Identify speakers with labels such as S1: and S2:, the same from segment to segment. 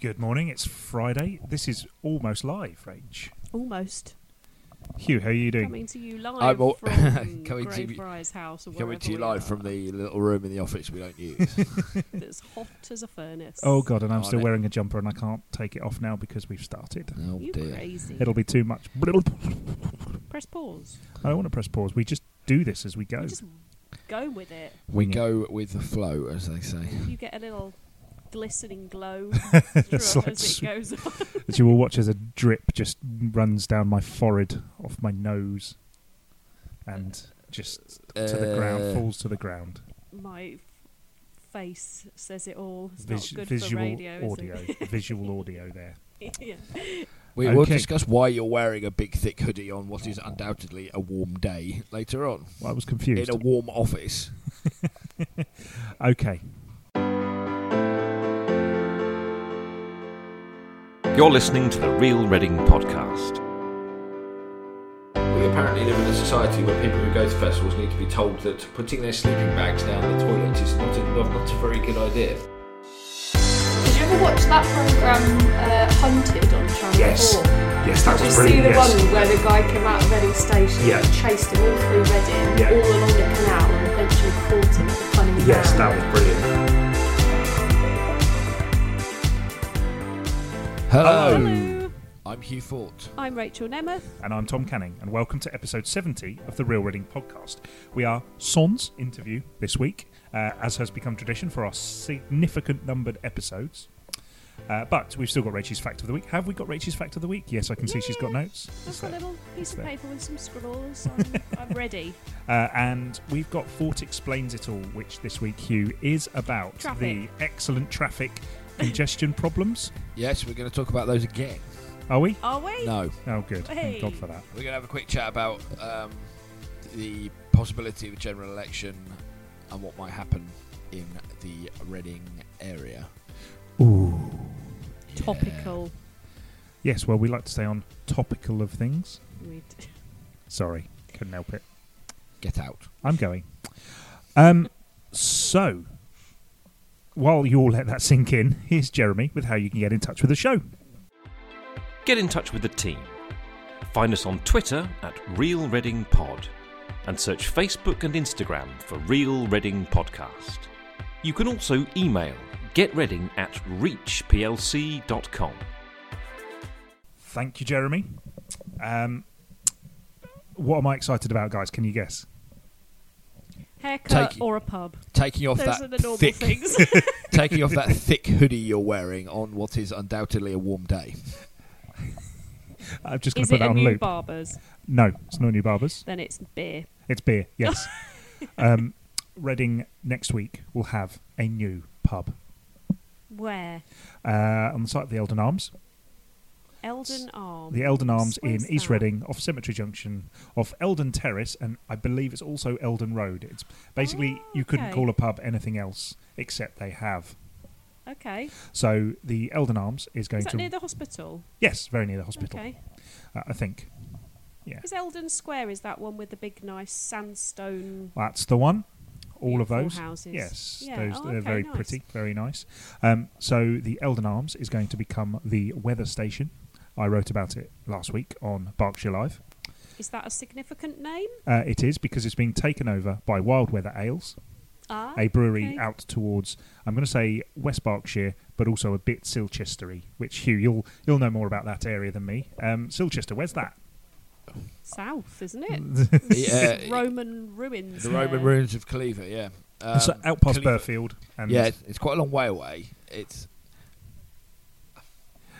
S1: Good morning. It's Friday. This is almost live, Rach.
S2: Almost
S1: Hugh, how are you doing?
S2: coming to you live
S3: I'm all-
S2: from
S3: coming to you-
S2: Greyfriars house or
S3: Coming to you
S2: wherever we
S3: live
S2: are
S3: from the little room in the office we don't use.
S2: that's hot as a furnace.
S1: Oh God, and I'm
S3: Oh,
S1: still
S3: no.
S1: wearing a jumper, and I can't take it off now because we've started.
S3: oh
S2: you
S3: dear.
S2: crazy!
S1: It'll be too much. I
S2: Press pause.
S1: don't want to press pause. We just do this as we go.
S2: You just go with it.
S3: We
S1: Yeah.
S3: go with the flow, as they say.
S2: You get a little glistening glow
S1: It's like
S2: throughout as
S1: s-
S2: it goes on.
S1: As you will watch as a drip just runs down my forehead, off my nose, and just to the
S3: Uh,
S1: ground, falls to the ground.
S2: My f- face says it all. It's
S1: Vis-
S2: not good
S1: visual
S2: for radio, is
S1: audio,
S2: it?
S1: visual audio. There.
S2: yeah.
S3: We will
S1: Okay.
S3: discuss why you're wearing a big thick hoodie on what is undoubtedly a warm day later on
S1: Well, I was confused.
S3: in a warm office.
S1: Okay.
S4: You're listening to the Real Reading Podcast.
S5: We apparently live in a society where people who go to festivals need to be told that putting their sleeping bags down the toilet is not a, not a very good idea.
S6: Did you ever watch that program, uh, Hunted on Channel
S7: Yes.
S6: 4?
S7: Yes, that
S6: Did you see
S7: was brilliant.
S6: the
S7: yes.
S6: one where the guy came out of Reading Station
S7: Yeah.
S6: and chased him all through Reading,
S7: Yeah.
S6: all along the canal, and eventually caught him at the funny
S7: Yes, that was brilliant.
S3: Hello.
S2: Hello,
S3: I'm Hugh Fort.
S2: I'm Rachel Nemeth.
S1: And I'm Tom Canning, and welcome to episode 70 of the Real Reading Podcast. We are Son's interview this week, uh, as has become tradition for our significant numbered episodes. Uh, but we've still got Rachel's Fact of the Week. Have we got Rachel's Fact of the Week? Yes, I can see she's got
S2: Yeah,
S1: notes. It's
S2: I've got a
S1: there.
S2: little piece of
S1: there.
S2: paper with some scribbles. I'm, I'm ready.
S1: Uh, and we've got Fort Explains It All, which this week, Hugh, is about
S2: Traffic.
S1: the excellent traffic congestion problems.
S3: Yes, we're going to talk about those again.
S1: Are we?
S2: Are we?
S3: No,
S1: Oh, good. Thank
S2: Hey.
S1: God for that.
S3: we're going to have a quick chat about um, the possibility of a general election and what might happen in the Reading area.
S1: Ooh.
S3: Yeah.
S2: Topical.
S1: Yes, well, we like to stay on topical of things.
S2: We d-
S1: Sorry, couldn't help it.
S3: Get out.
S1: I'm going. Um, so, while you all let that sink in, here's Jeremy with how you can get in touch with the show.
S4: Get in touch with the team. Find us on Twitter at Real Reading Pod and search Facebook and Instagram for Real Reading Podcast. You can also email getreading at reachplc.com.
S1: Thank you, Jeremy. Um, what am I excited about, guys? Can you guess?
S2: haircut
S3: Take-
S2: or a pub.
S3: Taking off
S2: Those
S3: that
S2: are the normal
S3: thick
S2: things.
S3: taking off that thick hoodie you're wearing on what is undoubtedly a warm day.
S1: I'm just going to put
S2: Is it
S1: that
S2: a
S1: on
S2: new
S1: loop.
S2: barber's?
S1: No, it's no new barbers.
S2: Then it's beer.
S1: It's beer. Yes. um, Reading next week will have a new pub
S2: Where?
S1: uh, on the site of the Eldon Arms.
S2: Eldon Arms.
S1: The Eldon Arms in
S2: Where's
S1: East
S2: that?
S1: Reading, off Cemetery Junction, off Eldon Terrace, and I believe it's also Eldon Road. It's basically
S2: Oh,
S1: you couldn't
S2: okay.
S1: call a pub anything else except they have.
S2: Okay.
S1: So the Eldon Arms is going
S2: Is that
S1: to
S2: near the hospital?
S1: yes, very near the hospital,
S2: Okay.
S1: uh, I think.
S2: Is Eldon Square, is that one with the big, nice sandstone
S1: That's the one. All of
S2: Beautiful
S1: those
S2: houses.
S1: Yes,
S2: Yeah,
S1: those
S2: oh,
S1: they're
S2: okay,
S1: very
S2: nice.
S1: pretty, very nice. Um, so the Eldon Arms is going to become the weather station. I wrote about it last week on Berkshire Live.
S2: Is that a significant name?
S1: Uh, it is because it's being taken over by Wild Weather Ales.
S2: Ah,
S1: a brewery
S2: okay.
S1: out towards I'm going to say West Berkshire, but also a bit Silchestery. Which Hugh, you'll you'll know more about that area than me. Um, Silchester, where's that?
S2: South, isn't it?
S3: Yeah,
S2: Roman ruins.
S3: the Roman
S2: there.
S3: ruins of Cleaver, yeah. Um,
S1: so uh, out past
S3: Cleaver-
S1: Burfield, and
S3: Yeah, it's, it's quite a long way away. It's,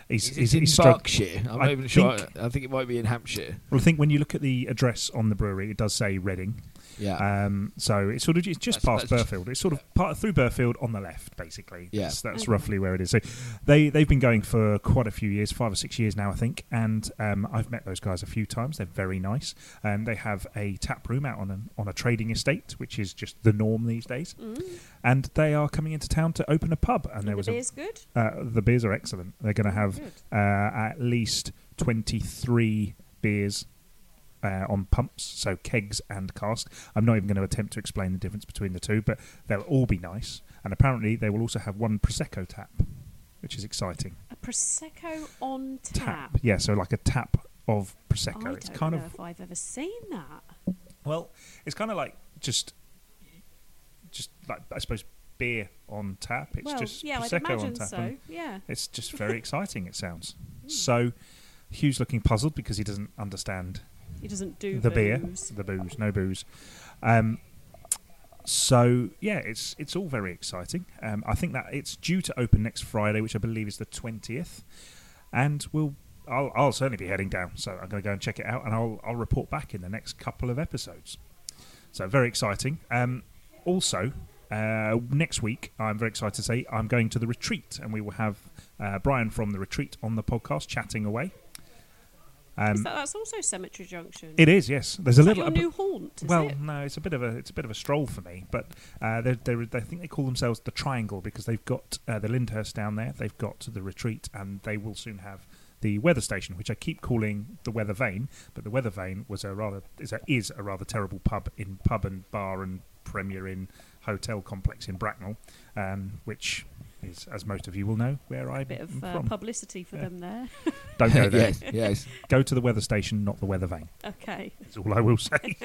S1: he's,
S3: it's,
S1: he's,
S3: in
S1: he's struggling.
S3: Berkshire. I'm
S1: I
S3: not even sure.
S1: think-
S3: I think it might be in Hampshire.
S1: Well, I think when you look at the address on the brewery, it does say Reading.
S3: Yeah.
S1: Um, so it's sort of it's just
S3: That's-
S1: past
S3: that's-
S1: Burfield. It's sort of part through Burfield on the left, basically.
S3: Yeah.
S1: that's, that's
S2: Okay.
S1: roughly where it is. So they they've been going for quite a few years, five or six years now, I think. And um, I've met those guys a few times. They're very nice. Um, they have a tap room out on an, on a trading estate, which is just the norm these days. And they are coming into town to open a pub. And,
S2: And
S1: there
S2: Mm, the
S1: was a,
S2: beer's good.
S1: uh, the beers are excellent. They're going to have
S2: Good.
S1: uh, at least 23 beers uh, on pumps, so kegs and cask. I'm not even going to attempt to explain the difference between the two, but they'll all be nice. And apparently, they will also have one Prosecco tap, which is exciting.
S2: A prosecco on tap.
S1: Tap. Yeah, so like a tap of
S2: I
S1: prosecco.
S2: don't
S1: it's kind
S2: know
S1: of
S2: if I've ever seen that.
S1: well, it's kind of like just just like I suppose beer on tap. It's
S2: well,
S1: just
S2: yeah, I'd
S1: prosecco on
S2: imagine
S1: tap.
S2: so.
S1: and-
S2: Yeah.
S1: It's just very exciting. It sounds so. Hugh's looking puzzled because he doesn't understand
S2: He doesn't do
S1: the beer,
S2: booze.
S1: the booze, no booze. Um, so yeah, it's it's all very exciting. Um, I think that it's due to open next Friday, which I believe is the twentieth, and we'll. I'll, I'll certainly be heading down, so I'm going to go and check it out, and I'll, I'll report back in the next couple of episodes. So very exciting. Um, also, uh, next week, I'm very excited to say I'm going to the retreat, and we will have uh, Brian from the retreat on the podcast chatting away.
S2: is that, that's also Cemetery Junction.
S1: It is, yes. There's um, a
S2: Is that
S1: little
S2: your
S1: a bit-
S2: new haunt. Is
S1: well,
S2: it?
S1: no, it's a bit of a it's a bit of a stroll for me, but uh, they they they think they call themselves the Triangle because they've got uh, the Lyndhurst down there, they've got the Retreat, and they will soon have the Weather Station, which I keep calling the Weather Vane, but the Weather Vane was a rather is a, is a rather terrible pub in pub and bar and premier in hotel complex in Bracknell, um, which is as most of you will know where I'm
S2: bit of uh,
S1: from.
S2: publicity for them there.
S1: Don't go there.
S3: yes, yes.
S1: Go to the Weather Station, not the Weather Vane.
S2: okay.
S1: Is all I will say.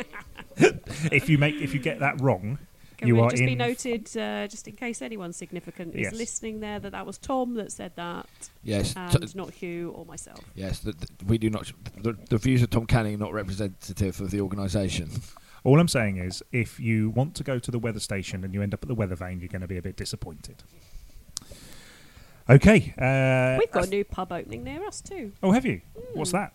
S1: if you make if you get that wrong.
S2: Can
S1: You
S2: we
S1: are
S2: just be
S1: in-
S2: noted, uh, just in case anyone significant is
S1: Yes.
S2: listening there, that that was Tom that said that,
S3: Yes, t-
S2: and not Hugh or myself.
S3: yes. The, the, we do not. The, the views of Tom Canning are not representative of the organisation.
S1: All I'm saying is, if you want to go to the weather station and you end up at the weather vane, you're going to be a bit disappointed. Okay. Uh,
S2: We've got
S1: I-
S2: a new pub opening near us too.
S1: oh, have you? What's that?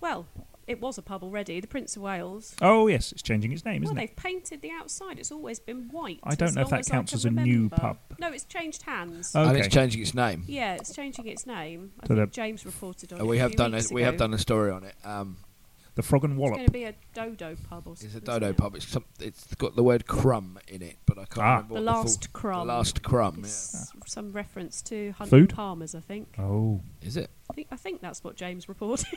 S2: Well, it was a pub already, the Prince of Wales.
S1: Oh, yes, it's changing its name,
S2: well,
S1: isn't
S2: they've
S1: it?
S2: painted the outside. It's always been white.
S1: I don't
S2: as
S1: know if
S2: long
S1: that
S2: as I
S1: counts
S2: can
S1: as a new
S2: remember.
S1: pub.
S2: No, it's changed hands.
S1: Okay.
S3: And it's changing its name.
S2: Yeah, it's changing its name. I
S1: So
S2: think
S1: the-
S2: James reported on
S3: Uh,
S2: it.
S3: we
S2: a
S3: have
S2: few
S3: done. A,
S2: weeks
S3: we have
S2: ago.
S3: done a story on it. Um,
S1: The Frog and
S2: It's going to
S1: Wallop.
S2: be a dodo pub or something.
S3: it's a
S2: isn't
S3: dodo
S2: it?
S3: pub. It's, some, it's got the word crumb in it, but I can't
S1: Ah.
S3: remember
S2: The
S3: what
S2: last
S3: full-
S2: crumb.
S3: The last crumb.
S2: It's
S3: Yeah.
S2: Some reference to Hunt
S1: Food?
S2: Palmer's, I think.
S1: Oh,
S3: Is it?
S2: I think. I think that's what James reported.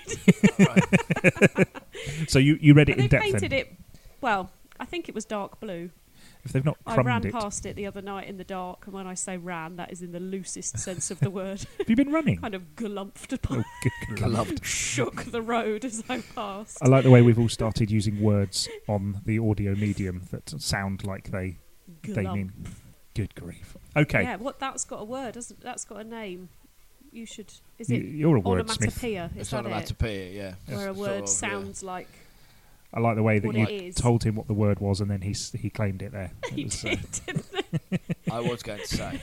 S1: so you, you read it
S2: And they
S1: in depth
S2: painted
S1: then?
S2: it. Well, I think it was dark blue.
S1: If they've not
S2: I ran
S1: crumbed it,
S2: past it the other night in the dark, and when I say ran, that is in the loosest sense of the word.
S1: have you been running?
S2: kind of glumped upon,
S1: Oh, good lord.
S3: Loved.
S2: shook the road as I passed.
S1: I like the way we've all started using words on the audio medium that sound like they, they
S2: Glump.
S1: mean. Good grief. Okay.
S2: Yeah, what that's got a word. Hasn't, that's got a name. You should. Is
S1: You-
S2: it
S1: You're a wordsmith.
S2: onomatopoeia? Is
S3: It's
S2: that it?
S3: onomatopoeia. Yeah.
S2: Where a
S3: Sort
S2: word
S3: of, yeah.
S2: sounds like
S1: I like the way that
S2: What
S1: you
S2: it is.
S1: told him what the word was, and then he s- he claimed it there. It
S2: he
S1: was, uh,
S2: did. didn't he?
S3: I was going to say.
S2: I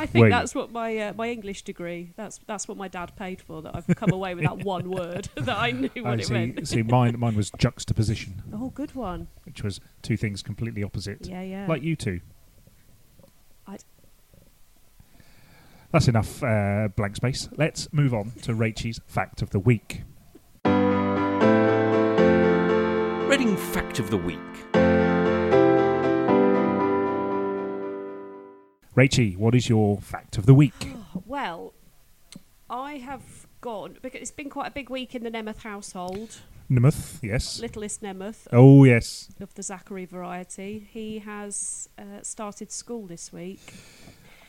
S1: Wait.
S2: think that's what my uh, my English degree. That's that's what my dad paid for. That I've come away with that one word that I knew
S1: oh,
S2: what it
S1: see,
S2: meant.
S1: see, mine mine was juxtaposition,
S2: Oh, good one.
S1: which was two things completely opposite,
S2: Yeah, yeah.
S1: like you two.
S2: I-
S1: That's enough uh, blank space. Let's move on to Rachel's fact of the week.
S4: Reading Fact of the Week.
S1: Rachie, what is your fact of the week?
S2: Well, I have gone because it's been quite a big week in the Nemeth household.
S1: Nemeth, yes.
S2: Littlest Nemeth
S1: Oh yes.
S2: of the Zachary variety. He has uh, started school this week.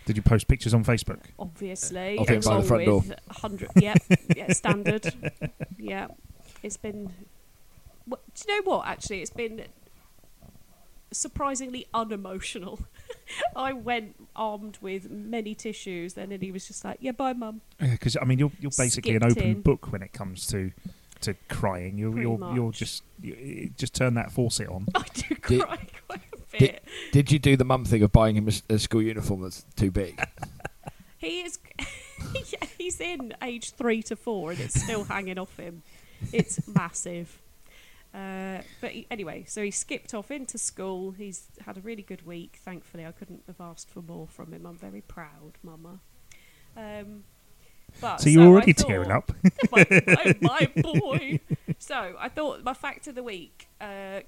S1: Did you post pictures on Facebook?
S2: obviously.
S3: Of him by the front door.
S2: Hundred, yeah, yeah, standard. yeah, it's been. Wha- do you know what? Actually, it's been surprisingly unemotional. I went armed with many tissues, then, and he was just like, "Yeah, bye, mum."
S1: Because I mean, you're you're basically an
S2: Skipped
S1: open
S2: in.
S1: book when it comes to to crying. You're
S2: Pretty
S1: you're you're
S2: much.
S1: just you, just turn that faucet on.
S2: I do cry
S3: Did-
S2: quite a bit.
S3: did- Did you do the mum thing of buying him a s- a, school uniform that's too big?
S2: He is. yeah, he's in age three to four, and it's still hanging off him. It's massive. Uh, but he, anyway, so he skipped off into school. He's had a really good week. Thankfully, I couldn't have asked for more from him. I'm very proud, Mama. Um, but
S1: So you're
S2: I
S1: already
S2: thought-
S1: tearing up.
S2: my, my, my boy. So I thought my fact of the week uh,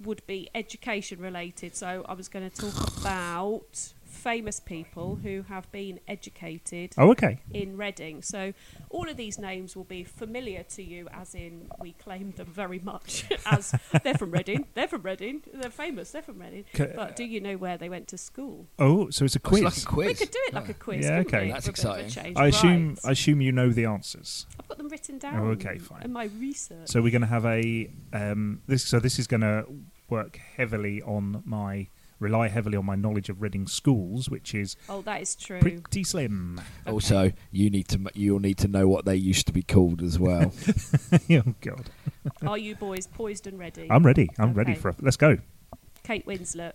S2: would be education related. So I was going to talk about famous people who have been educated
S1: Oh, okay.
S2: in Reading. So all of these names will be familiar to you, as in we claim them very much as they're from Reading, they're from Reading, they're famous, they're from Reading.
S1: Ca-
S2: But do you know where they went to school?
S1: Oh, so it's a
S3: It's
S1: quiz. Ah.
S3: like a quiz.
S2: We could do it like a quiz.
S1: Yeah,
S2: couldn't
S1: okay.
S2: we,
S3: That's
S2: for a bit of a
S3: exciting.
S2: change?
S1: I assume
S2: Right.
S1: I assume you know the answers.
S2: I've got them written down.
S1: okay, fine.
S2: In my research.
S1: So we're going to have a um, this. So this is going to work heavily on my rely heavily on my knowledge of Reading schools, which is
S2: oh, that is true.
S1: pretty slim.
S3: Also, you need to m- you'll need to know what they used to be called as well.
S1: oh God,
S2: Are you boys poised and ready?
S1: I'm ready. I'm ready
S2: Okay.
S1: for. A, let's go.
S2: Kate Winslet.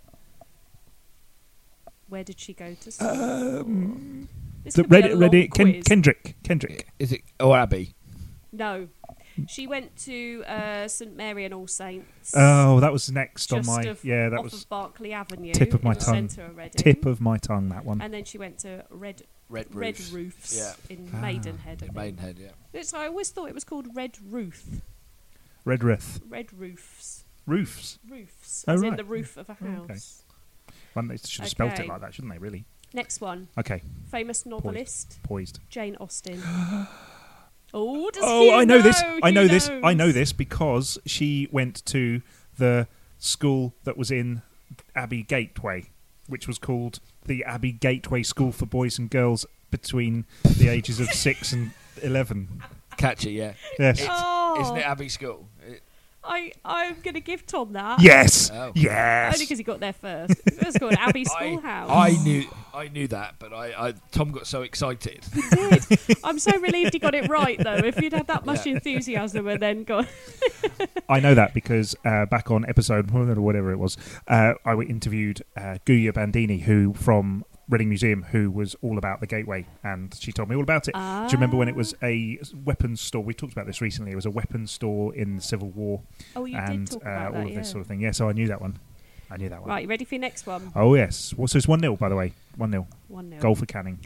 S2: Where did she go to school? This
S1: Uh, The
S2: could be a
S1: Reddit,
S2: long
S1: Reddit, Ken,
S2: quiz.
S1: Kendrick, Kendrick.
S3: Is it or Abby?
S2: No. She went to uh, St Mary and All Saints.
S1: Oh, that was next
S2: just
S1: on my
S2: off-
S1: yeah. That
S2: off
S1: was
S2: of Barclay Avenue.
S1: tip of my
S2: in the
S1: tongue.
S2: Centre of Reading.
S1: tip of my tongue. That one.
S2: And then she went to Red
S3: Red
S2: Red
S3: Roofs.
S2: Roofs
S3: Yeah.
S2: in
S1: Ah.
S2: Maidenhead. I think.
S3: Maidenhead. Yeah.
S2: It's- I always thought it was called Red Roof.
S1: Red Redruth.
S2: Red Roofs.
S1: Roofs.
S2: Roofs.
S1: Oh,
S2: as in
S1: right. Oh,
S2: the roof of a
S1: okay.
S2: house.
S1: One they should have spelt it
S2: Okay.
S1: like that, shouldn't they? Really.
S2: Next one.
S1: Okay.
S2: Famous novelist
S1: Poised.
S2: Jane Austen. oh, does
S1: oh,
S2: he
S1: I know, this. I
S2: He
S1: know this. I
S2: knows.
S1: know this because she went to the school that was in Abbey Gateway, which was called the Abbey Gateway School for Boys and Girls between the ages of six and eleven.
S3: Catchy. Yeah.
S1: Yes.
S3: It's-
S2: Oh,
S3: Isn't it Abbey School? It-
S2: I, I'm going to give Tom that.
S1: Yes.
S3: Oh.
S1: Yes.
S2: Only because he got there first. It was called Abbey Schoolhouse.
S3: I, I knew I knew that, but I, I Tom got so excited.
S2: I'm so relieved he got it right, though. If you'd had that much
S3: Yeah.
S2: enthusiasm and then gone,
S1: I know that because uh, back on episode whatever it was, uh, I interviewed uh, Guya Bandini, who from Reading Museum, who was all about the Gateway, and she told me all about it. Do you remember when it was a weapons store? We talked about this recently. It was a weapons store in the Civil War,
S2: oh, you
S1: and
S2: did talk
S1: uh,
S2: about
S1: all
S2: that,
S1: of
S2: yeah.
S1: this sort of thing. Yeah, so I knew that one. I knew that one.
S2: Right, you ready for your next one?
S1: Oh yes. Well, so it's one 0 by the way. One 0
S2: One nil.
S1: Goal for Canning.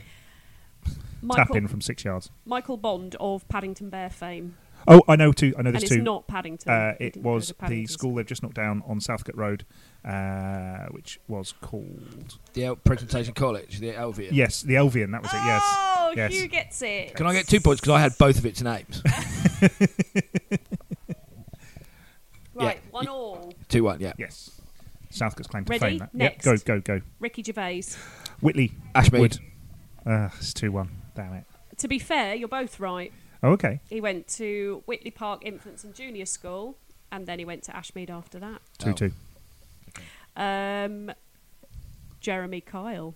S1: Tap in
S2: Michael,
S1: from six yards.
S2: Michael Bond of Paddington Bear fame,
S1: Oh, I know two. I know
S2: and
S1: there's
S2: it's
S1: two.
S2: not Paddington.
S1: Uh,
S2: He
S1: it
S2: didn't go
S1: was
S2: to
S1: the
S2: Paddington
S1: school they've just knocked down on Southcote Road, uh, which was called
S3: the El- presentation college, the Albion.
S1: yes, the Elvian. That was it. Yes.
S2: Oh,
S1: Yes.
S2: Hugh gets it.
S3: Can I get two points because I had both of its names?
S2: Right,
S3: Yeah.
S2: one all.
S3: two one. Yeah.
S1: Yes. Southcote's claim to
S2: Ready?
S1: fame. That.
S2: Next.
S1: Yep. Go. Go. Go.
S2: Ricky Gervais.
S1: Whitley.
S3: Ashmead.
S1: Wood. Uh, it's two one. Damn it.
S2: To be fair, you're both right.
S1: Oh, okay.
S2: He went to Whitley Park Infants and Junior School, and then he went to Ashmead after that.
S1: Two
S3: Oh.
S1: two.
S2: Um, Jeremy Kyle,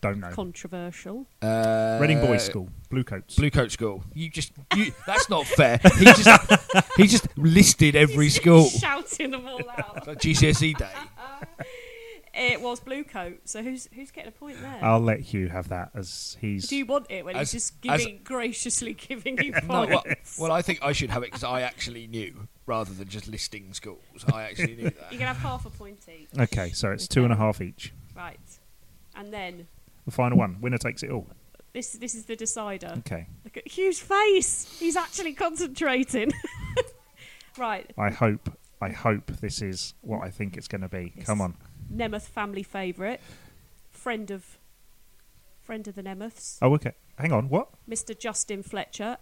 S1: Don't know.
S2: controversial.
S3: Uh,
S1: Reading Boys School. Bluecoats.
S3: Blue Coat School. You just you, that's not fair. He just he just listed every school.
S2: shouting them all out.
S3: Like GCSE E day.
S2: it was blue coat. So who's who's getting a point there?
S1: I'll let Hugh have that as he's.
S2: Do you want it when
S3: Oh. As-
S2: he's just
S3: as-
S2: giving graciously giving you points?
S1: Oh,
S3: No, well, well, I think I should have it because I actually knew rather than just listing schools. I actually knew
S2: You
S3: that.
S2: can have half a point each.
S1: Okay, so it's two and a half each.
S2: Right, and then
S1: The final one. Winner takes it all.
S2: this this is the decider.
S1: Okay.
S2: Look at Hugh's face. He's actually concentrating. right,
S1: I hope. I hope this is what I think it's going to be.
S2: This
S1: Come
S2: is-
S1: on.
S2: Nemeth family favourite, friend of friend of the Nemeths,
S1: Oh, okay. Hang on. What?
S2: Mr. Justin Fletcher,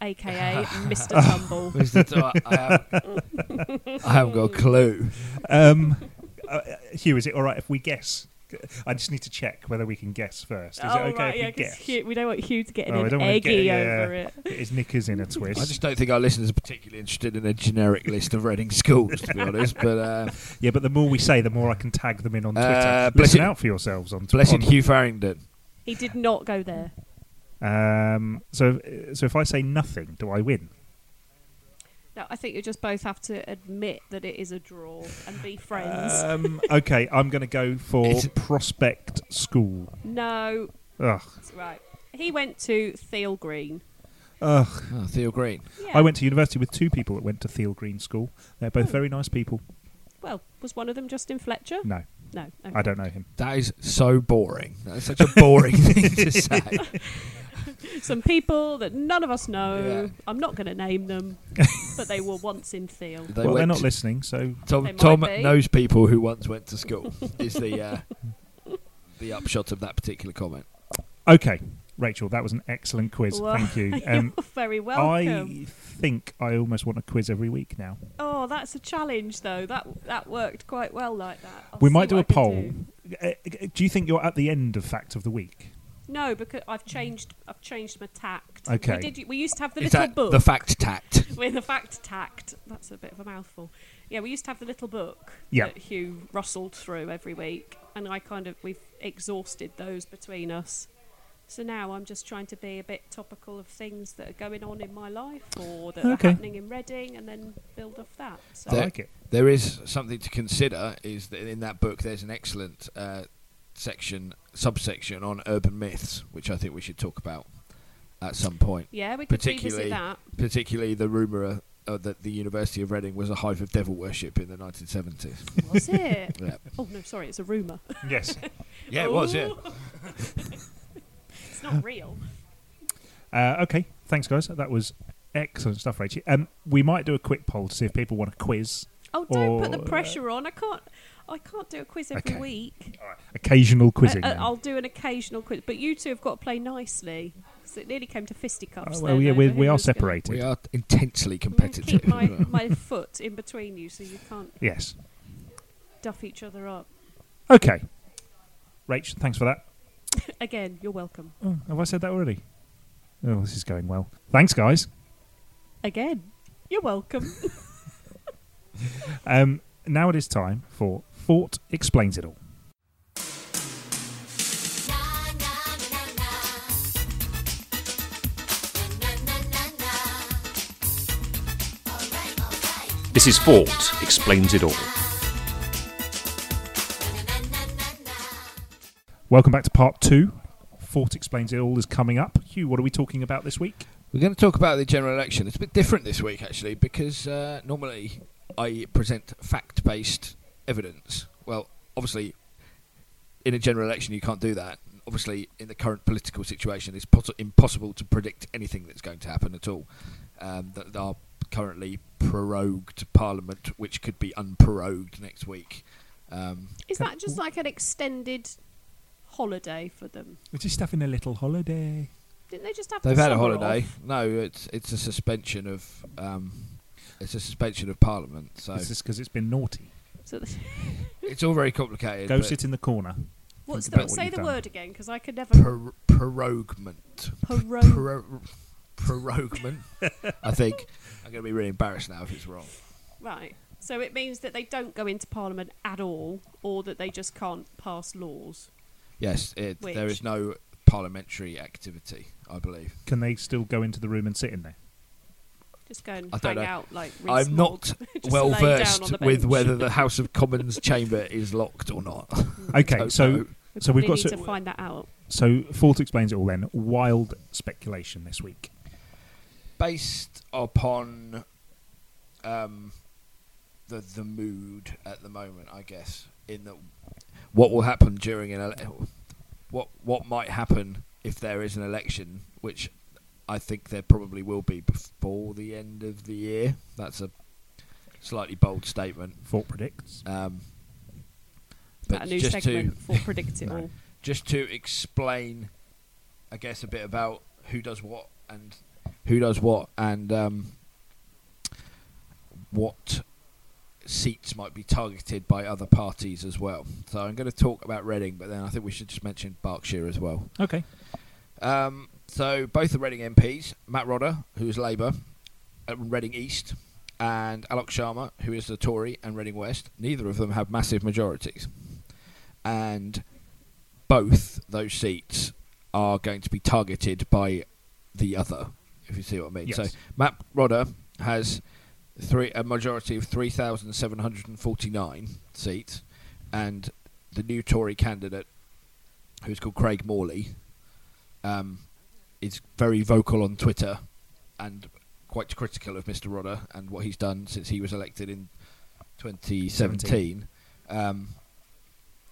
S2: aka Mr. Tumble.
S3: Where's the door? I, haven't, I haven't got a clue.
S1: Um, uh, Hugh, is it all right if we guess? I just need to check whether we can guess first. Is
S3: Oh,
S1: it okay
S2: Oh right,
S1: if
S2: yeah,
S1: we guess?
S2: because we don't want Hugh to get
S1: Oh, I
S2: an
S1: don't want to
S2: eggy
S1: get-
S2: over
S1: yeah.
S2: it.
S1: His knickers in a twist.
S3: I just don't think our listeners are particularly interested in a generic list of Reading schools, to be honest. But uh,
S1: yeah, but the more we say, the more I can tag them in on Twitter.
S3: Uh,
S1: Listen
S3: blessed-
S1: out for yourselves on
S3: blessed
S1: Twitter.
S3: Hugh Farringdon.
S2: He did not go there.
S1: Um, so, so if I say nothing, do I win?
S2: No, I think you just both have to admit that it is a draw and be friends.
S1: Um, okay, I'm going to go for
S3: It's-
S1: Prospect School.
S2: no,
S1: Ugh.
S2: it's right. He went to Thiel Green.
S1: Ugh.
S3: Oh, Theo Green.
S2: Yeah.
S1: I went to university with two people that went to Thiel Green School. They're
S3: Hmm.
S1: both very nice people.
S2: Well, was one of them Justin Fletcher?
S1: No,
S2: No.
S1: I
S2: Okay.
S1: don't know him.
S3: That is so boring. That's such a boring thing to say.
S2: Some people that none of us know.
S3: Yeah.
S2: I'm not going to name them, but they were once in Thiel.
S3: They
S1: well, they're
S3: went
S1: not
S3: to-
S1: listening, so
S3: Tom,
S2: They might
S3: Tom
S2: be.
S3: knows people who once went to school. Is the uh, the the upshot of that particular comment.
S1: Okay, Rachel, that was an excellent quiz.
S2: Well,
S1: Thank you. Um,
S2: You're Oh, very welcome.
S1: I think I almost want a quiz every week now.
S2: Oh, that's a challenge, though. That that worked quite well like that. I'll
S1: we
S2: see
S1: might do a
S2: what I can
S1: poll.
S2: do.
S1: Uh, uh, Do you think you're at the end of fact of the week?
S2: No, because I've changed. I've changed my tact.
S1: Okay.
S2: We, did, we used to have the
S3: Is
S2: little
S3: that
S2: book.
S3: the fact tact?
S2: with the fact tact. That's a bit of a mouthful. Yeah, we used to have the little book
S1: Yeah.
S2: that Hugh rustled through every week, and I kind of we've exhausted those between us. So now I'm just trying to be a bit topical of things that are going on in my life or that
S1: Okay.
S2: are happening in Reading, and then build off that. So
S1: I
S3: There-
S1: like it.
S3: There is something to consider. Is that in that book? There's an excellent uh, section, subsection on urban myths, which I think we should talk about at some point.
S2: yeah, we could
S3: Particularly-
S2: revisit that.
S3: Particularly the rumor uh, that the University of Reading was a hive of devil worship in the 1970s.
S2: Was it?
S3: Yeah,
S2: oh no, sorry, it's a rumor.
S1: Yes.
S3: yeah it was. Yeah.
S2: Ooh. it's not real.
S1: Uh, okay. Thanks, guys. That was excellent stuff, Rachel. Um, we might do a quick poll to see if people want a quiz.
S2: Oh, don't put the
S1: Or, uh,
S2: pressure on. I can't. I can't do a quiz every
S1: Okay.
S2: week.
S1: Occasional quizzing.
S2: I,
S1: then.
S2: will do an occasional quiz, but you two have got to play nicely. 'cause it nearly came to fisticuffs.
S1: Oh, well,
S2: then
S1: yeah,
S2: over
S1: we,
S2: who
S1: we are
S2: was gonna-
S1: separated.
S3: We are intensely
S2: I'm gonna
S3: competitive.
S2: Keep my, my foot in between you so you can't
S1: Yes.
S2: duff each other up.
S1: Okay. Rach, thanks for that.
S2: Again, you're welcome.
S1: Oh, have I said that already? Oh, this is going well. Thanks, guys.
S2: Again, you're welcome.
S1: Um, now it is time for Fort Explains It All.
S4: This is Fort Explains It All.
S1: Welcome back to part two. Fort Explains It All is coming up. Hugh, what are we talking about this week?
S3: We're going to talk about the general election. It's a bit different this week, actually, because uh, normally I present fact based evidence. Well, obviously, in a general election, you can't do that. Obviously, in the current political situation, it's pos- impossible to predict anything that's going to happen at all. Um, that our currently prorogued parliament, which could be unprorogued next week. Um,
S2: Is that just like an extended holiday for them?
S1: We're just having a little holiday.
S2: Didn't they just have?
S3: They've
S2: the
S3: had a
S2: summer
S3: holiday.
S2: off?
S3: No, it's it's a suspension of um, it's a suspension of Parliament. So
S1: Is this because it's been naughty?
S2: So th-
S3: it's all very complicated.
S1: Go
S3: but
S1: sit in the corner.
S2: what's
S1: about
S2: the
S1: what
S2: say
S1: you've
S2: the
S1: done.
S2: word again? Because I could never.
S3: Pro- proroguement.
S2: Parole.
S3: Pro- proroguement. I think I'm going to be really embarrassed now if it's wrong.
S2: Right. So it means that they don't go into Parliament at all, or that they just can't pass laws.
S3: Yes, it,
S2: Which?
S3: there is no parliamentary activity. I believe.
S1: Can they still go into the room and sit in there?
S2: Just go and
S3: I
S2: hang
S3: don't know.
S2: out like. Reece
S3: I'm not
S2: Mogg. Just
S3: well
S2: lay down on the
S3: versed with
S2: bench.
S3: whether the House of Commons chamber is locked or not.
S1: Okay,
S3: Don't
S1: so
S3: know.
S2: We
S1: so we've
S2: probably
S1: got
S2: need to
S1: so,
S2: find that out.
S1: so Fort Explains It All. Then wild speculation this week.
S3: based upon um, the the mood at the moment, I guess. In the what will happen during an ele- what what might happen if there is an election, which I think there probably will be before the end of the year. That's a slightly bold statement.
S1: Fort predicts.
S3: Um,
S2: That a new
S3: just to
S2: segment for predict it
S1: No.
S2: all.
S3: just to explain, I guess, a bit about who does what and who does what and um, what seats might be targeted by other parties as well. So I'm going to talk about Reading, but then I think we should just mention Berkshire as well.
S1: Okay.
S3: Um, so both the Reading MPs, Matt Rodder, who is Labour, at Reading East, and Alok Sharma, who is the Tory and Reading West, neither of them have massive majorities. And both those seats are going to be targeted by the other, if you see what I mean.
S1: Yes.
S3: So Matt Rodder has three a majority of 3,749 seats, and the new Tory candidate, who's called Craig Morley, um, is very vocal on Twitter and quite critical of Mr. Rodder and what he's done since he was elected in 2017. Um,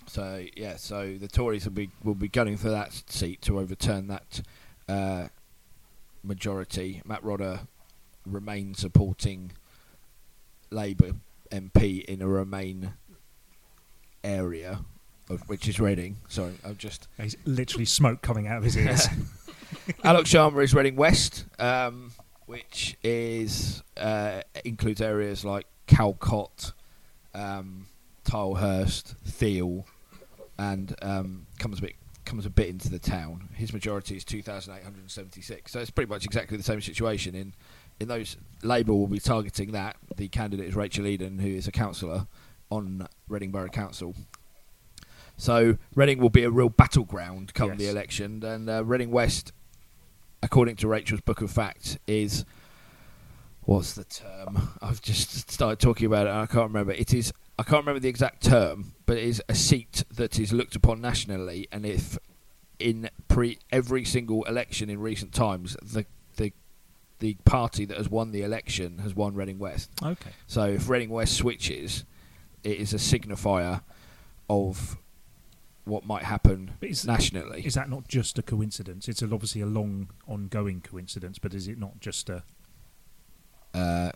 S3: so yeah, so the Tories will be will be gunning for that seat to overturn that uh, majority. Matt Rodder remains supporting Labour MP in a Remain area, of- which is Reading. Sorry, I've just
S1: He's literally smoke coming out of his ears.
S3: Alok Sharma is Reading West, um, which is uh, includes areas like Calcott, um, Tilehurst, Thiel, and um, comes a bit comes a bit into the town. His majority is two thousand eight hundred seventy six, so it's pretty much exactly the same situation. In in those Labour will be targeting that. The candidate is Rachel Eden, who is a councillor on Reading Borough Council. So Reading will be a real battleground come the
S1: Yes.
S3: election, and uh, Reading West, according to Rachel's book of facts, is what's the term? I've just started talking about it and I can't remember. It is I can't remember the exact term, but it is a seat that is looked upon nationally and if in pre every single election in recent times the the the party that has won the election has won Reading West.
S1: okay.
S3: So if Reading West switches, it is a signifier of what might happen
S1: But is-
S3: nationally.
S1: Is that not just a coincidence? It's a- obviously a long, ongoing coincidence, but is it not just a.
S3: Uh,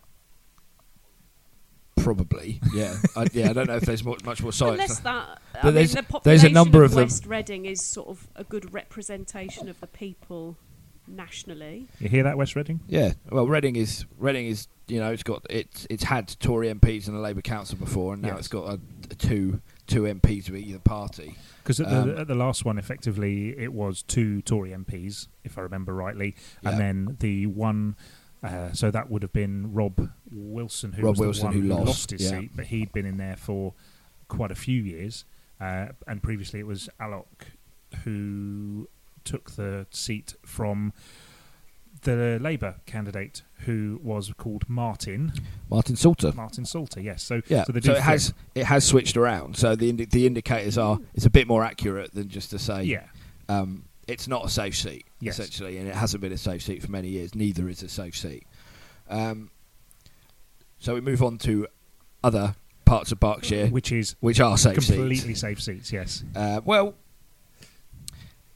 S3: probably, yeah, I, yeah. I don't know if there's much, much more
S2: Unless
S3: science.
S2: that, I
S3: But
S2: mean,
S3: there's-
S2: the population
S3: there's a number of them.
S2: West Reading is sort of a good representation of the people nationally.
S1: You hear that, West Reading?
S3: Yeah, well, Reading is Reading is you know it's got it's it's had Tory MPs and a Labour council before, and now
S1: Yes.
S3: it's got a, a two two MPs of either party.
S1: Because at, the
S3: Um,
S1: at the last one, effectively, it was two Tory MPs, if I remember rightly, and
S3: Yeah.
S1: then the one. Uh, so that would have been Rob Wilson, who
S3: Rob
S1: was the
S3: Wilson
S1: one
S3: who lost,
S1: his
S3: yeah.
S1: seat, but he'd been in there for quite a few years, uh, and previously it was Alok who took the seat from the Labour candidate, who was called Martin
S3: Martin Salter.
S1: Martin Salter. Yes, so
S3: Yeah,
S1: so,
S3: so,
S1: they do
S3: it has it has switched around. So the indi- the indicators are it's a bit more accurate than just to say
S1: flip. yeah.
S3: um, it's not a safe seat,
S1: Yes.
S3: essentially, and it hasn't been a safe seat for many years. Neither is a safe seat. Um, so we move on to other parts of Berkshire, which,
S1: which is
S3: are safe seats.
S1: completely safe seats. Yes,
S3: Uh, well,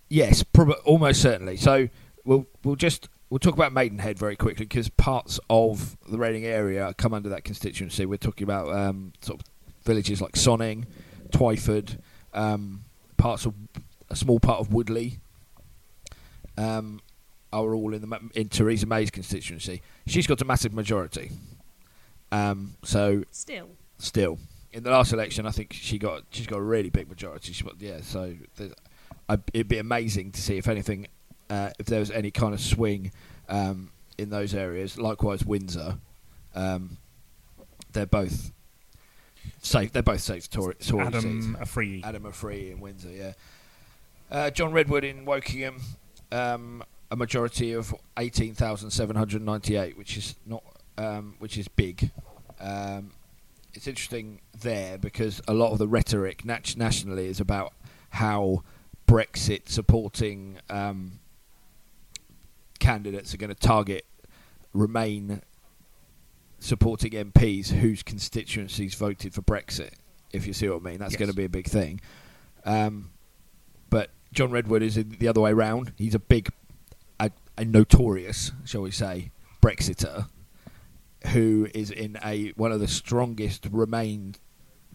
S3: yes, prob- almost certainly. So we'll we'll just we'll talk about Maidenhead very quickly because parts of the Reading area come under that constituency. We're talking about um, sort of villages like Sonning, Twyford, um, parts of a small part of Woodley. Um, are all in the ma- in Theresa May's constituency. She's got a massive majority. Um, so
S2: Still,
S3: still in the last election i think she got she's got a really big majority she got, yeah so there's- I, it'd be amazing to see if anything uh, if there was any kind of swing um, in those areas likewise windsor um, they're both safe they're both safe tory, tory seats
S1: Adam, a free.
S3: adam Free in windsor yeah uh, john redwood in wokingham um, a majority of 18,798 which is not um, which is big um, it's interesting there because a lot of the rhetoric nat- nationally is about how Brexit supporting um, candidates are going to target Remain supporting MPs whose constituencies voted for Brexit. If you see what I mean, that's
S1: Yes.
S3: going to be a big thing. Um, but John Redwood is in the other way round. He's a big, a, a notorious, shall we say, Brexiter who is in a one of the strongest Remain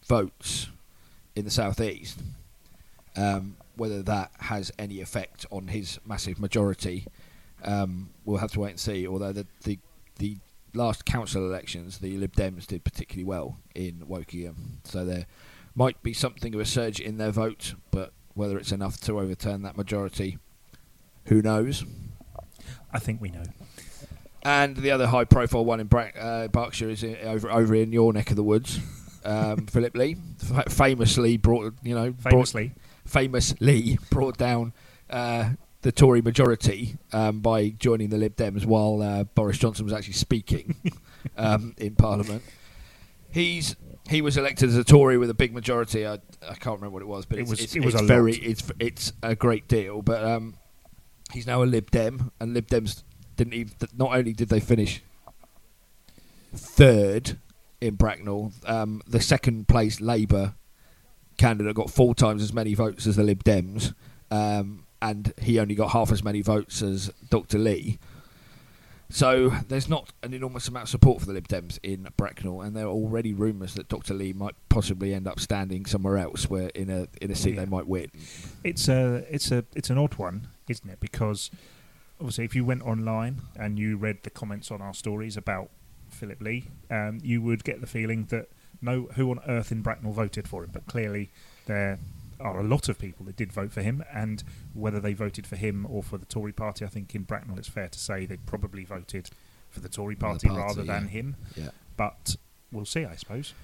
S3: votes in the southeast. Um, whether that has any effect on his massive majority, um, we'll have to wait and see. Although the the, the last council elections, the Lib Dems did particularly well in Wokingham, so there might be something of a surge in their vote, but whether it's enough to overturn that majority, who knows?
S1: I think we know.
S3: And the other high profile one in Bra- uh, Berkshire is in, over over in your neck of the woods. Um, Philip Lee fa- famously brought you know brought,
S1: Famously,
S3: famously brought down uh, the Tory majority um, by joining the Lib Dems while uh, Boris Johnson was actually speaking um, in Parliament. He's he was elected as a Tory with a big majority. I, I can't remember what it was, but
S1: It
S3: it's,
S1: was-
S3: it's,
S1: it was
S3: it's
S1: a
S3: very
S1: lot.
S3: it's it's a great deal. But um, he's now a Lib Dem, and Lib Dems didn't even. Not only did they finish third in Bracknell, um, the second place Labour candidate got four times as many votes as the Lib Dems, um, and he only got half as many votes as Dr. Lee. So there's not an enormous amount of support for the Lib Dems in Bracknell, and there are already rumours that Dr Lee might possibly end up standing somewhere else, where in a in a seat
S1: Yeah.
S3: they might win.
S1: It's a it's a it's an odd one, isn't it? Because obviously, if you went online and you read the comments on our stories about Philip Lee, um, you would get the feeling that no, who on earth in Bracknell voted for him? But clearly, there are a lot of people that did vote for him, and whether they voted for him or for the Tory Party, I think in Bracknell it's fair to say they probably voted for the Tory
S3: For the
S1: Party,
S3: party,
S1: rather
S3: yeah.
S1: than him.
S3: Yeah.
S1: But we'll see, I suppose.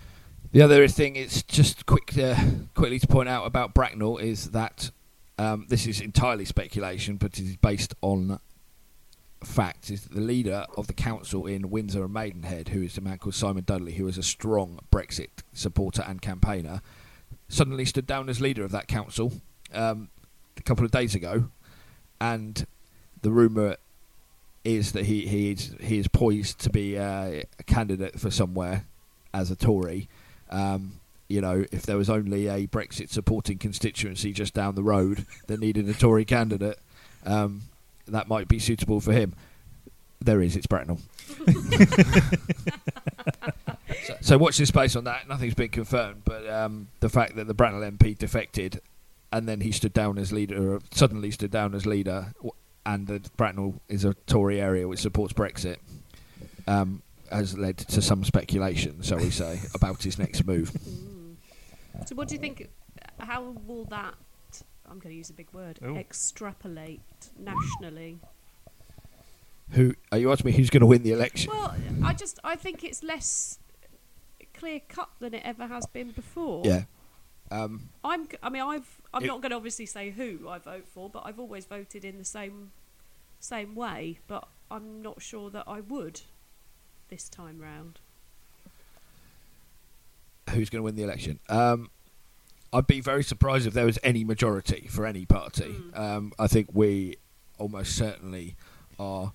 S3: The other thing it's just quick uh, quickly to point out about Bracknell is that um, this is entirely speculation, but it is based on fact. Is that the leader of the council in Windsor and Maidenhead, who is a man called Simon Dudley, who is a strong Brexit supporter and campaigner, suddenly stood down as leader of that council um, a couple of days ago, and the rumour is that he he is he is poised to be uh, a candidate for somewhere as a Tory. Um, you know, if there was only a Brexit supporting constituency just down the road that needed a Tory candidate, um, that might be suitable for him. There is, it's Bracknell. so, so watch this space on that. Nothing's been confirmed, but um, the fact that the Bracknell MP defected and then he stood down as leader, or suddenly stood down as leader, w- and that Bracknell is a Tory area which supports Brexit, um, has led to some speculation, shall we say, about his next move.
S2: So, what do you think? How will that? I'm going to use a big word.
S1: Oh.
S2: Extrapolate nationally.
S3: Who are you asking me? Who's going to win the election?
S2: Well, I just I think it's less clear cut than it ever has been before.
S3: yeah. Um,
S2: I'm. g- I mean, I've. I'm
S3: It-
S2: not going to obviously say who I vote for, but I've always voted in the same same way. But I'm not sure that I would this time round.
S3: who's going to win the election? Um, I'd be very surprised if there was any majority for any party. Um, I think we almost certainly are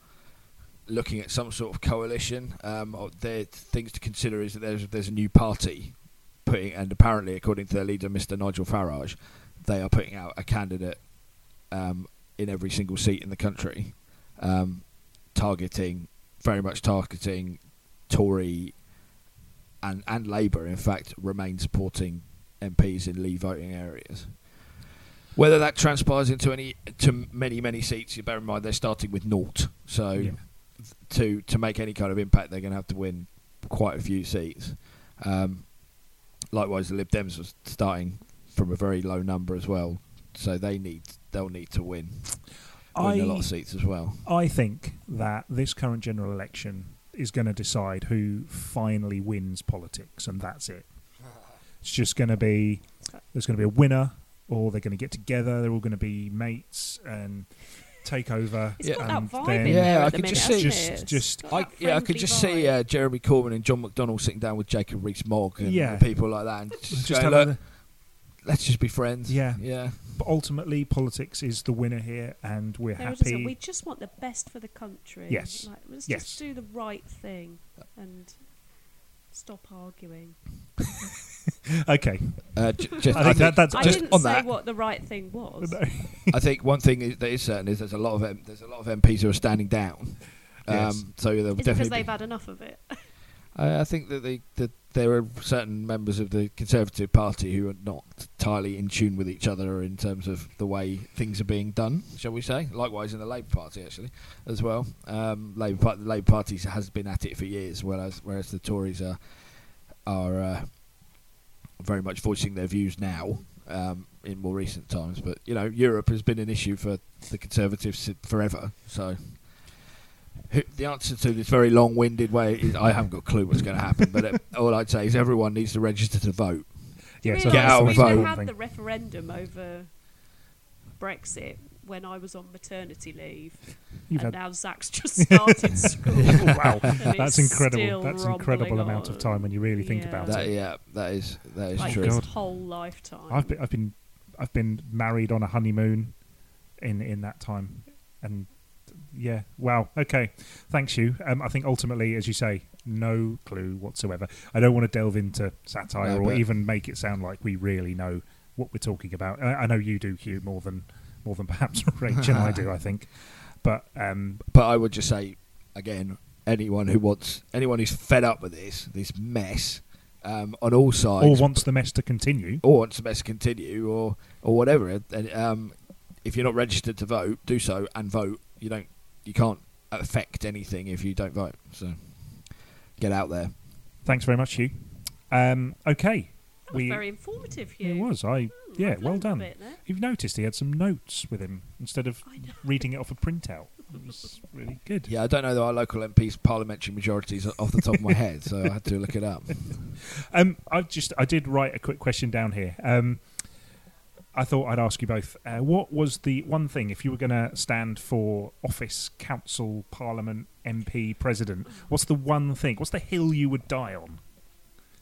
S3: looking at some sort of coalition. Um, or there, things to consider is that there's there's a new party putting, and apparently, according to their leader, Mr. Nigel Farage, they are putting out a candidate um, in every single seat in the country, um, targeting very much targeting Tory and and Labour, in fact, remain supporting MPs in Leave voting areas. Whether that transpires into any to many many seats, you bear in mind they're starting with naught. So
S1: Yeah.
S3: to to make any kind of impact, they're going to have to win quite a few seats. Um, likewise, the Lib Dems are starting from a very low number as well, so they need they'll need to win, win a lot of seats as well.
S1: I think that this current general election is going to decide who finally wins politics, and that's it. It's just going to be there's going to be a winner, or they're going to get together. They're all going to be mates and take over.
S2: It's got
S1: and
S2: that vibe
S1: then-
S2: in
S3: Yeah,
S2: there. at
S3: I
S2: the
S3: could
S2: minute,
S3: just
S2: hasn't
S1: see-
S2: it?
S1: Just-
S2: It's
S1: just-
S2: got
S3: I,
S2: that
S3: yeah, I could
S2: friendly
S3: just
S2: vibe.
S3: see uh, Jeremy Corbyn and John McDonnell sitting down with Jacob Rees-Mogg and
S1: Yeah.
S3: people like that, and just,
S1: just
S3: going,
S1: have
S3: look,
S1: a-
S3: let's just be friends.
S1: Yeah.
S3: yeah.
S1: but ultimately, politics is the winner here, and we're
S2: There it is,
S1: happy.
S2: We just want the best for the country.
S1: Yes.
S2: Like, let's
S1: Yes.
S2: just do the right thing and stop arguing.
S1: okay,
S3: Uh, j- just,
S1: I think that, that's
S2: I
S3: just
S2: didn't
S3: on
S2: say
S3: that,
S2: what the right thing was.
S1: No.
S3: I think one thing is, that is certain is there's a lot of M- there's a lot of MPs who are standing down. Um,
S1: Yes.
S3: So they'll
S2: It's
S3: definitely.
S2: because they've
S3: be-
S2: had enough of it.
S3: I, I think that, they, that there are certain members of the Conservative Party who are not entirely in tune with each other in terms of the way things are being done, shall we say? Likewise in the Labour Party, actually, as well. Um, Labour Party, the Labour Party has been at it for years, whereas whereas the Tories are are uh, very much voicing their views now. Um, in more recent times, but you know, Europe has been an issue for the Conservatives si- forever. So, who- the answer to this very long-winded way is I haven't got a clue what's going to happen. But it, all I'd say is everyone needs to register to vote.
S2: Do you
S1: Yes,
S2: realise
S3: Get out
S2: we
S3: and vote.
S2: had the referendum over Brexit when I was on maternity leave,
S1: You've had-
S2: and now Zach's just started school.
S1: wow,
S2: And
S1: that's
S2: it's
S1: incredible.
S2: still
S1: That's
S2: rumbling
S1: incredible amount of
S2: on.
S1: time when you really think
S2: Yeah.
S1: about
S3: That,
S1: it.
S3: yeah, that is that is
S2: like
S3: true.
S2: his
S1: God.
S2: whole lifetime.
S1: I've been, I've been, I've been married on a honeymoon, in in that time, and yeah, wow, okay, thanks you. Um, I think ultimately, as you say, no clue whatsoever. I don't want to delve into satire
S3: No,
S1: or
S3: but-
S1: even make it sound like we really know what we're talking about. I, I know you do, Hugh, more than more than perhaps Rach and I do. I think, but um,
S3: But I would just say, again, anyone who wants, anyone who's fed up with this, this mess um, on all sides,
S1: or wants the mess to continue.
S3: or wants the mess to continue, or or whatever. And, um, if you're not registered to vote, do so and vote. You don't, you can't affect anything if you don't vote. So get out there.
S1: Thanks very much, Hugh. Um, okay,
S2: That was
S1: we
S2: very informative, Hugh.
S1: it was I
S2: Hmm,
S1: yeah,
S2: I've
S1: well
S2: learned a
S1: done.
S2: bit there.
S1: You've noticed he had some notes with him instead of
S2: I know.
S1: reading it off a printout. It was really good.
S3: Yeah, I don't know our local MPs' parliamentary majorities off the top of my head, so I had to look it up.
S1: Um, I just I did write a quick question down here. Um, I thought I'd ask you both. Uh, what was the one thing if you were going to stand for office, council, parliament, MP, president? What's the one thing? What's the hill you would die on?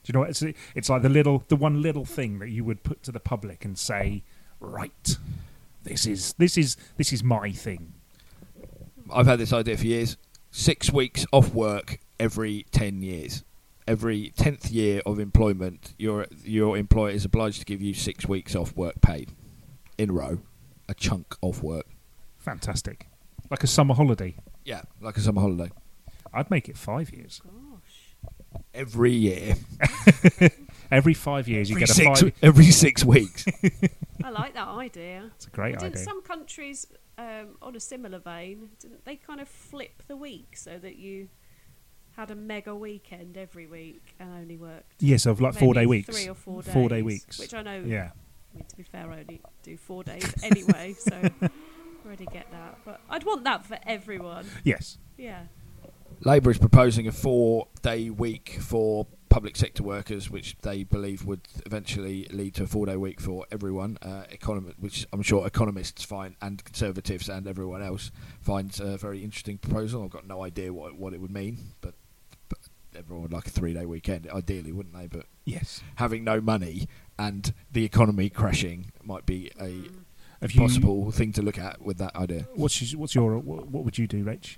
S1: Do you know what it's? It's like the little, the one little thing that you would put to the public and say, right, this is this is this is my thing.
S3: I've had this idea for years. Six weeks off work every ten years. Every tenth year of employment, your your employer is obliged to give you six weeks off work paid in a row, a chunk off work.
S1: Fantastic, like a summer holiday.
S3: Yeah, like a summer holiday.
S1: I'd make it five years.
S2: Gosh.
S3: Every year,
S1: Every five years, you
S3: every
S1: get a
S3: six,
S1: five.
S3: every six weeks.
S2: I like that idea.
S1: It's a great
S2: But
S1: idea.
S2: Didn't some countries, um, on a similar vein, didn't they kind of flip the week so that you had a mega weekend every week and only worked
S1: Yes, of like four day
S2: maybe
S1: weeks.
S2: three or four days,
S1: Four day weeks.
S2: which I know.
S1: yeah.
S2: I mean, to be fair, I only do four days anyway, so I already get that. But I'd want that for everyone.
S1: Yes.
S2: Yeah.
S3: Labour is proposing a four day week for public sector workers, which they believe would eventually lead to a four day week for everyone, uh, economi- which I'm sure economists find, and conservatives and everyone else finds a very interesting proposal. I've got no idea what, what it would mean, but, but everyone would like a three day weekend, ideally, wouldn't they? But
S1: Yes.
S3: having no money and the economy crashing might be a
S1: Mm. Have you,
S3: possible thing to look at with that idea.
S1: What's your, what's your what, what would you do, Rach?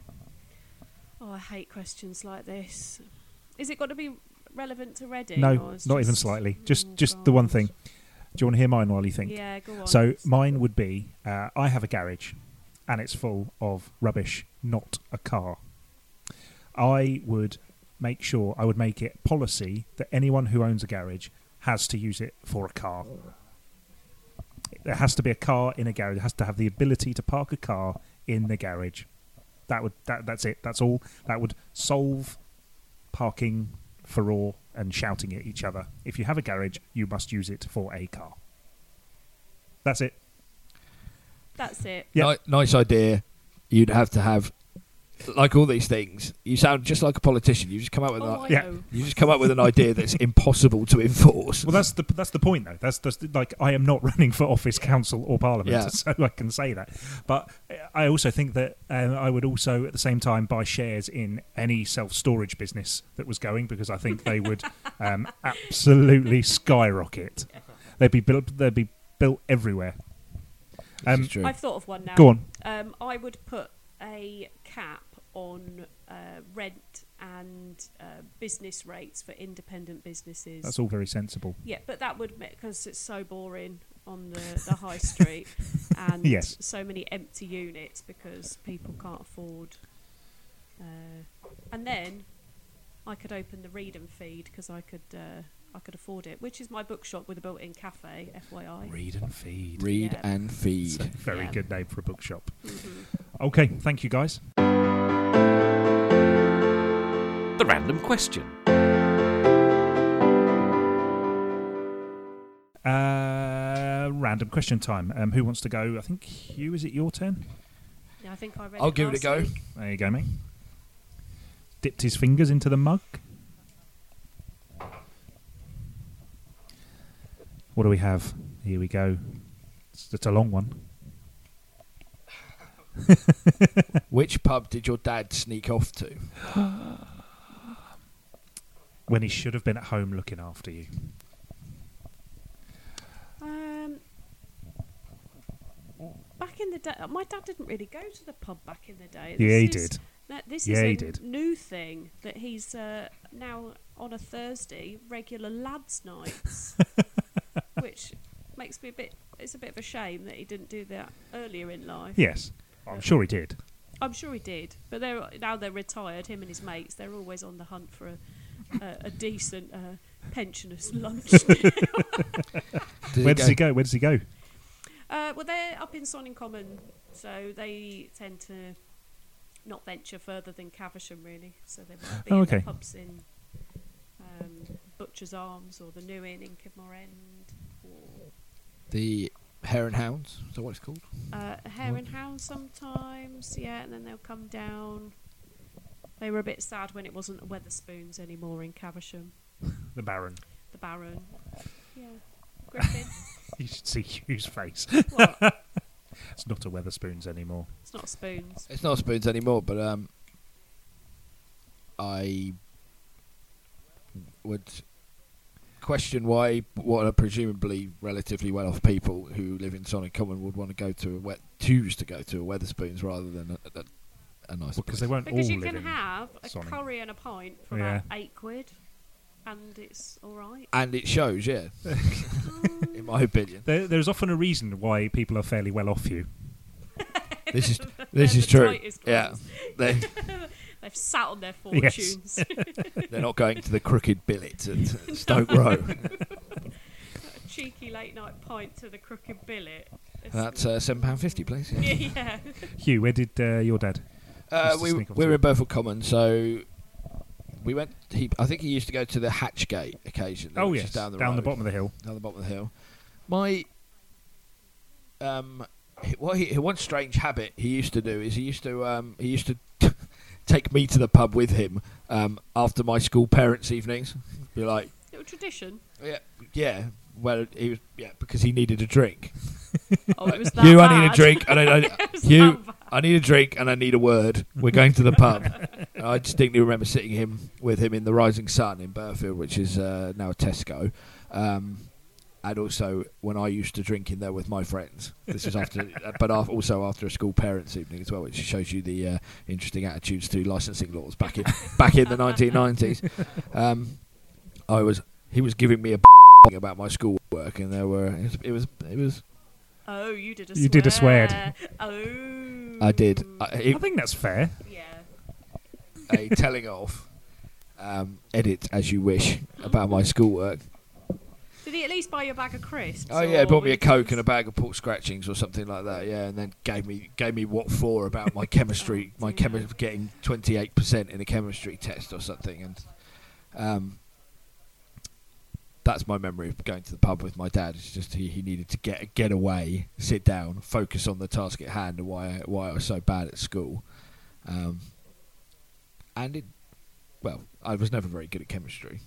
S2: Oh, I hate questions like this. Is it got to be relevant to Reading?
S1: No,
S2: or
S1: not
S2: it's
S1: even
S2: just-
S1: slightly. Just
S2: Oh,
S1: just the one
S2: God.
S1: thing. Do you want to hear mine while you think?
S2: Yeah, go on.
S1: So mine would be uh, I have a garage, and it's full of rubbish, not a car. I would make sure I would make it policy that anyone who owns a garage has to use it for a car. There has to be a car in a garage. It has to have the ability to park a car in the garage. That would that, that's it. That's all. That would solve parking furore and shouting at each other. If you have a garage, you must use it for a car. That's it.
S2: that's it.
S1: Yeah.
S3: Ni- nice idea. You'd have to have, like all these things, you sound just like a politician. You just come up with
S2: Oh,
S3: an,
S2: I
S1: Yeah.
S2: know.
S3: you just come up with an idea that's impossible to enforce.
S1: Well, that's the that's the point though. That's that's the- like I am not running for office, council, or parliament,
S3: Yeah.
S1: so I can say that. But I also think that um, I would also at the same time buy shares in any self storage business that was going because I think they would um, absolutely skyrocket. They'd be built. They'd be built everywhere.
S3: This
S1: Um,
S3: is true.
S2: I've thought of one now.
S1: Go on.
S2: Um, I would put a cap on uh, rent and uh, business rates for independent businesses.
S1: That's all very sensible.
S2: Yeah, but that would because it's so boring on the, the high street and
S1: Yes.
S2: so many empty units because people can't afford. Uh, and then I could open the read and feed because I could uh, I could afford it, which is my bookshop with a built-in cafe, FYI.
S1: Read and feed.
S3: Read
S2: yeah.
S3: and
S1: It's a
S3: feed.
S1: very
S2: Yeah.
S1: good name for a bookshop.
S2: Mhm.
S1: Okay, thank you guys.
S4: The random question.
S1: Uh, random question time. Um, who wants to go? I think Hugh. Is it your turn?
S2: Yeah, I think I read.
S3: I'll give it a
S2: last
S3: go.
S2: week.
S1: There you go, mate. Dipped his fingers into the mug. What do we have? Here we go. It's, it's a long one.
S3: Which pub did your dad sneak off to?
S1: When he should have been at home looking after you.
S2: Um, back in the day, my dad didn't really go to the pub back in the day.
S1: yeah, he
S2: This is-
S1: did.
S2: Now, this
S1: Yeah,
S2: is a
S1: he did.
S2: new thing that he's uh, now on a Thursday regular lads' nights, which makes me a bit. It's a bit of a shame that he didn't do that earlier in life.
S1: Yes. I'm sure he did.
S2: I'm sure he did, but they're now they're retired. Him and his mates, they're always on the hunt for a, a, a decent uh, pensioners' lunch.
S3: Did
S1: Where
S3: it
S1: does
S3: go-
S1: he go? Where does he go?
S2: uh, well, they're up in Sonning Common, so they tend to not venture further than Caversham, really. So they might be
S1: Oh,
S2: in
S1: okay.
S2: the pubs in um, Butcher's Arms or the New Inn in Kidmore End, or
S3: The Hare and Hounds. Is that what it's called?
S2: uh, Hare and Hound sometimes. Yeah, and then they'll come down. They were a bit sad when it wasn't Weatherspoons anymore in Caversham.
S1: The Baron.
S2: the Baron. Yeah. Griffin.
S1: You should see Hugh's face.
S2: what?
S1: It's not a Weatherspoons anymore.
S2: It's not spoons.
S3: It's not spoons anymore, but um, I would question why what are presumably relatively well-off people who live in Sonic Common would want to go to a wet choose to go to a Weatherspoons rather than a, a, a nice.
S1: Because
S3: place.
S1: they won't
S2: Because
S1: all
S2: you
S1: live
S2: can
S1: in
S2: have a
S1: Sonning.
S2: curry and a pint for about eight quid, and it's all right.
S3: and it shows, yeah, in my opinion.
S1: There, there's often a reason why people are fairly well off you.
S3: This is this
S2: They're
S3: is
S2: the
S3: true.
S2: tightest
S3: Yeah,
S2: ones.
S3: they
S2: They've sat on their
S1: Yes.
S2: fortunes.
S3: they're not going to the crooked billet at Stoke Row.
S2: a cheeky late night pint to the crooked billet. It's-
S3: That's uh, seven pound fifty, please.
S2: yeah, yeah.
S1: Hugh, where did uh, your dad?
S3: Uh,
S1: Mr.
S3: we,
S1: Sneak off
S3: we
S1: to
S3: were
S1: it.
S3: in Burford Common, so we went. He, I think he used to go to the Hatchgate occasionally.
S1: Oh
S3: which is
S1: yes,
S3: down the road,
S1: bottom of the hill.
S3: down the bottom of the hill. My um, he- what he, one strange habit he used to do is he used to um, he used to take me to the pub with him um, after my school parents' evenings. Be like,
S2: Little tradition.
S3: yeah, yeah. Well, he was yeah because he needed a drink.
S2: Oh, it was that
S3: you,
S2: bad.
S3: I need a drink. I don't. I,
S2: It was
S3: you,
S2: that bad.
S3: I need a drink and I need a word. We're going to the pub. And I distinctly remember sitting him with him in the Rising Sun in Burfield, which is uh, now a Tesco. Um, and also when I used to drink in there with my friends. This was after, uh, but af also after a school parents' evening as well, which shows you the uh, interesting attitudes to licensing laws back in back in the 1990s. Um, I was he was giving me a about my schoolwork, and there were it was it was, it was
S2: Oh, you did a swear.
S1: You did a swear.
S2: Oh.
S3: I did I, it,
S1: I think that's fair.
S2: Yeah.
S3: a telling off um, edit as you wish about my schoolwork.
S2: Did he at least buy you a bag of crisps?
S3: Oh yeah, he bought me a coke and a
S2: bag.
S3: bag of pork scratchings or something like that. Yeah, and then gave me gave me what for about my chemistry, my chemi- getting twenty eight percent in a chemistry test or something, and um, that's my memory of going to the pub with my dad. It's just he, he needed to get get away, sit down, focus on the task at hand, and why I, why I was so bad at school, um, and it well, I was never very good at chemistry.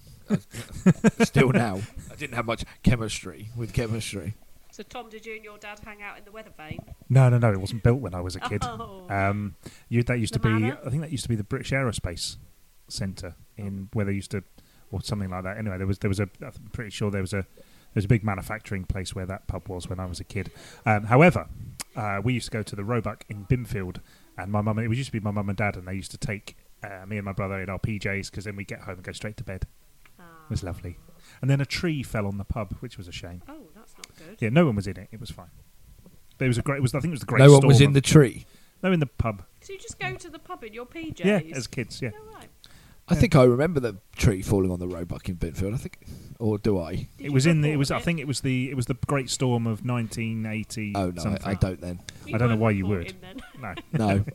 S3: Still now, I didn't have much chemistry with chemistry.
S2: So Tom, did you and your dad hang out in the weather vane?
S1: No, no, no. It wasn't built when I was a kid.
S2: Oh.
S1: Um, you, that used
S2: The
S1: to be.
S2: manor?
S1: I think that used to be the British Aerospace Centre in where they used to, or something like that. Anyway, there was there was a. I'm pretty sure there was a there was a big manufacturing place where that pub was when I was a kid. Um, however, uh, we used to go to the Roebuck in Bimfield, and my mum. It used to be my mum and dad, and they used to take uh, me and my brother in our PJs because then we get home and go straight to bed. It was lovely. And then a tree fell on the pub, which was a shame.
S2: Oh, that's not good.
S1: Yeah, no one was in it. It was fine. But it was a great. It was I think it was the great.
S3: no one was
S1: storm
S3: in
S1: and-
S3: the tree.
S1: no, in the pub.
S2: So you just go to the pub in your PJs?
S1: Yeah, as kids. Yeah,
S2: Oh, right.
S3: I think I remember the tree falling on the roebuck in Binfield. I think, or do I?
S2: Did
S1: it
S2: you
S1: was in. The, it
S2: report
S1: was. I think it was the. It was the Great Storm of 1980.
S3: Oh no,
S1: something.
S3: I, I don't. Then
S2: You
S1: I don't know
S2: weren't
S1: why you
S2: reporting
S1: would.
S2: then.
S1: No.
S3: no.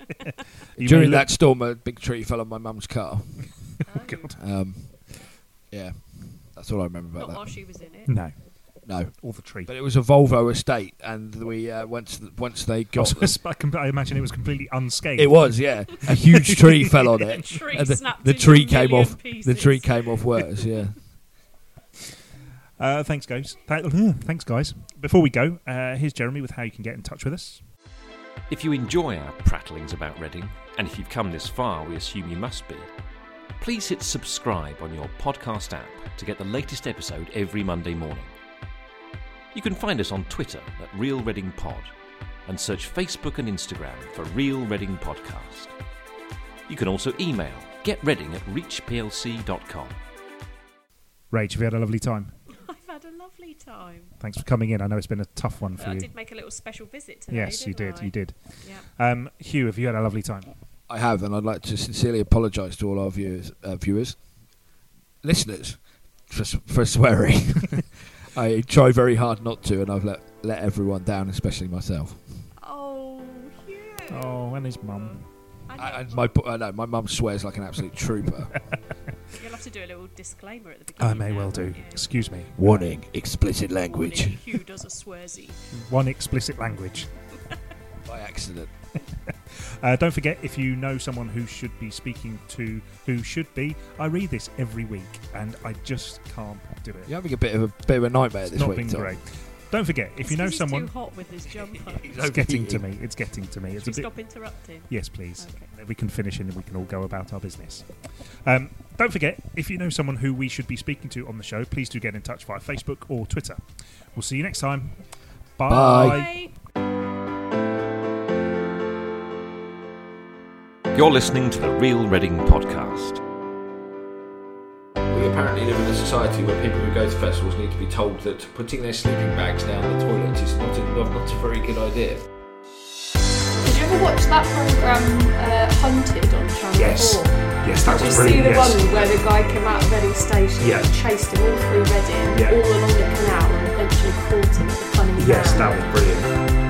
S1: You
S3: During
S1: may
S3: that storm, a big tree fell on my mum's car.
S2: Oh,
S3: Um, yeah, that's all I remember
S2: Not
S3: about
S2: while
S3: that.
S2: she was in it.
S1: look- no.
S3: No,
S1: All the tree.
S3: but it was a Volvo estate, and we uh, once once they got.
S1: Also, I can- I imagine it was completely unscathed.
S3: It was, yeah. A huge tree fell on it.
S2: Tree
S3: and the,
S2: snapped
S3: the
S2: into
S3: tree
S2: a
S3: came
S2: million
S3: off. The
S2: pieces.
S3: tree came off worse. Yeah.
S1: Uh, thanks, guys. Th- thanks, guys. Before we go, uh, here's Jeremy with how you can get in touch with us.
S4: If you enjoy our prattlings about Reading, and if you've come this far, we assume you must be, please hit subscribe on your podcast app to get the latest episode every Monday morning. You can find us on Twitter at Real Reading Pod and search Facebook and Instagram for Real Reading Podcast. You can also email getreading at reachplc.com.
S1: Rach, have you had a lovely time?
S2: I've had a lovely time.
S1: Thanks for coming in. I know it's been a tough one for
S2: I
S1: you.
S2: did make a little special visit today.
S1: yes, you did.
S2: didn't I?
S1: You did.
S2: Yeah.
S1: Um, Hugh, have you had a lovely time?
S3: I have, and I'd like to sincerely apologise to all our viewers, uh, viewers, listeners, for s- for swearing. I try very hard not to, and I've let let everyone down, especially myself.
S2: Oh, Hugh.
S1: Oh, and his mum.
S2: I know.
S3: I, and my bu- uh, no, my mum swears like an absolute trooper.
S2: You'll have to do a little disclaimer at the beginning.
S1: I may
S2: now,
S1: well do.
S2: yeah.
S1: Excuse me.
S3: Warning: explicit
S2: Warning, Hugh does a swearzy.
S1: One explicit language.
S3: by accident.
S1: Uh, don't forget, if you know someone who should be speaking to who should be, I read this every week and I just can't do it.
S3: You're having a bit of a bit of a nightmare
S1: It's
S3: this
S1: not
S3: week.
S1: been
S3: Tom.
S1: great. Don't forget, if
S2: It's
S1: you know
S2: 'cause he's
S1: someone,
S2: too hot with his jumper.
S1: it's getting to me. It's getting to me. It's
S2: Should we
S1: a bit.
S2: stop interrupting?
S1: Yes, please.
S2: Okay.
S1: Then We can finish and then we can all go about our business. Um, don't forget, if you know someone who we should be speaking to on the show, please do get in touch via Facebook or Twitter. We'll see you next time.
S3: Bye.
S2: Bye.
S4: You're listening to the Real Reading Podcast.
S5: We apparently live in a society where people who go to festivals need to be told that putting their sleeping bags down the toilet is not a, not a very good idea.
S6: Did you ever watch that programme uh, Hunted on Channel
S7: Yes.
S6: 4?
S7: Yes, that
S6: Did you
S7: was
S6: see
S7: brilliant.
S6: the
S7: yes.
S6: one where the guy came out of Reading Station
S7: Yeah.
S6: and chased him all through Reading,
S7: Yeah.
S6: all along the canal, and eventually caught him at the funny man?
S7: Yes, that was brilliant.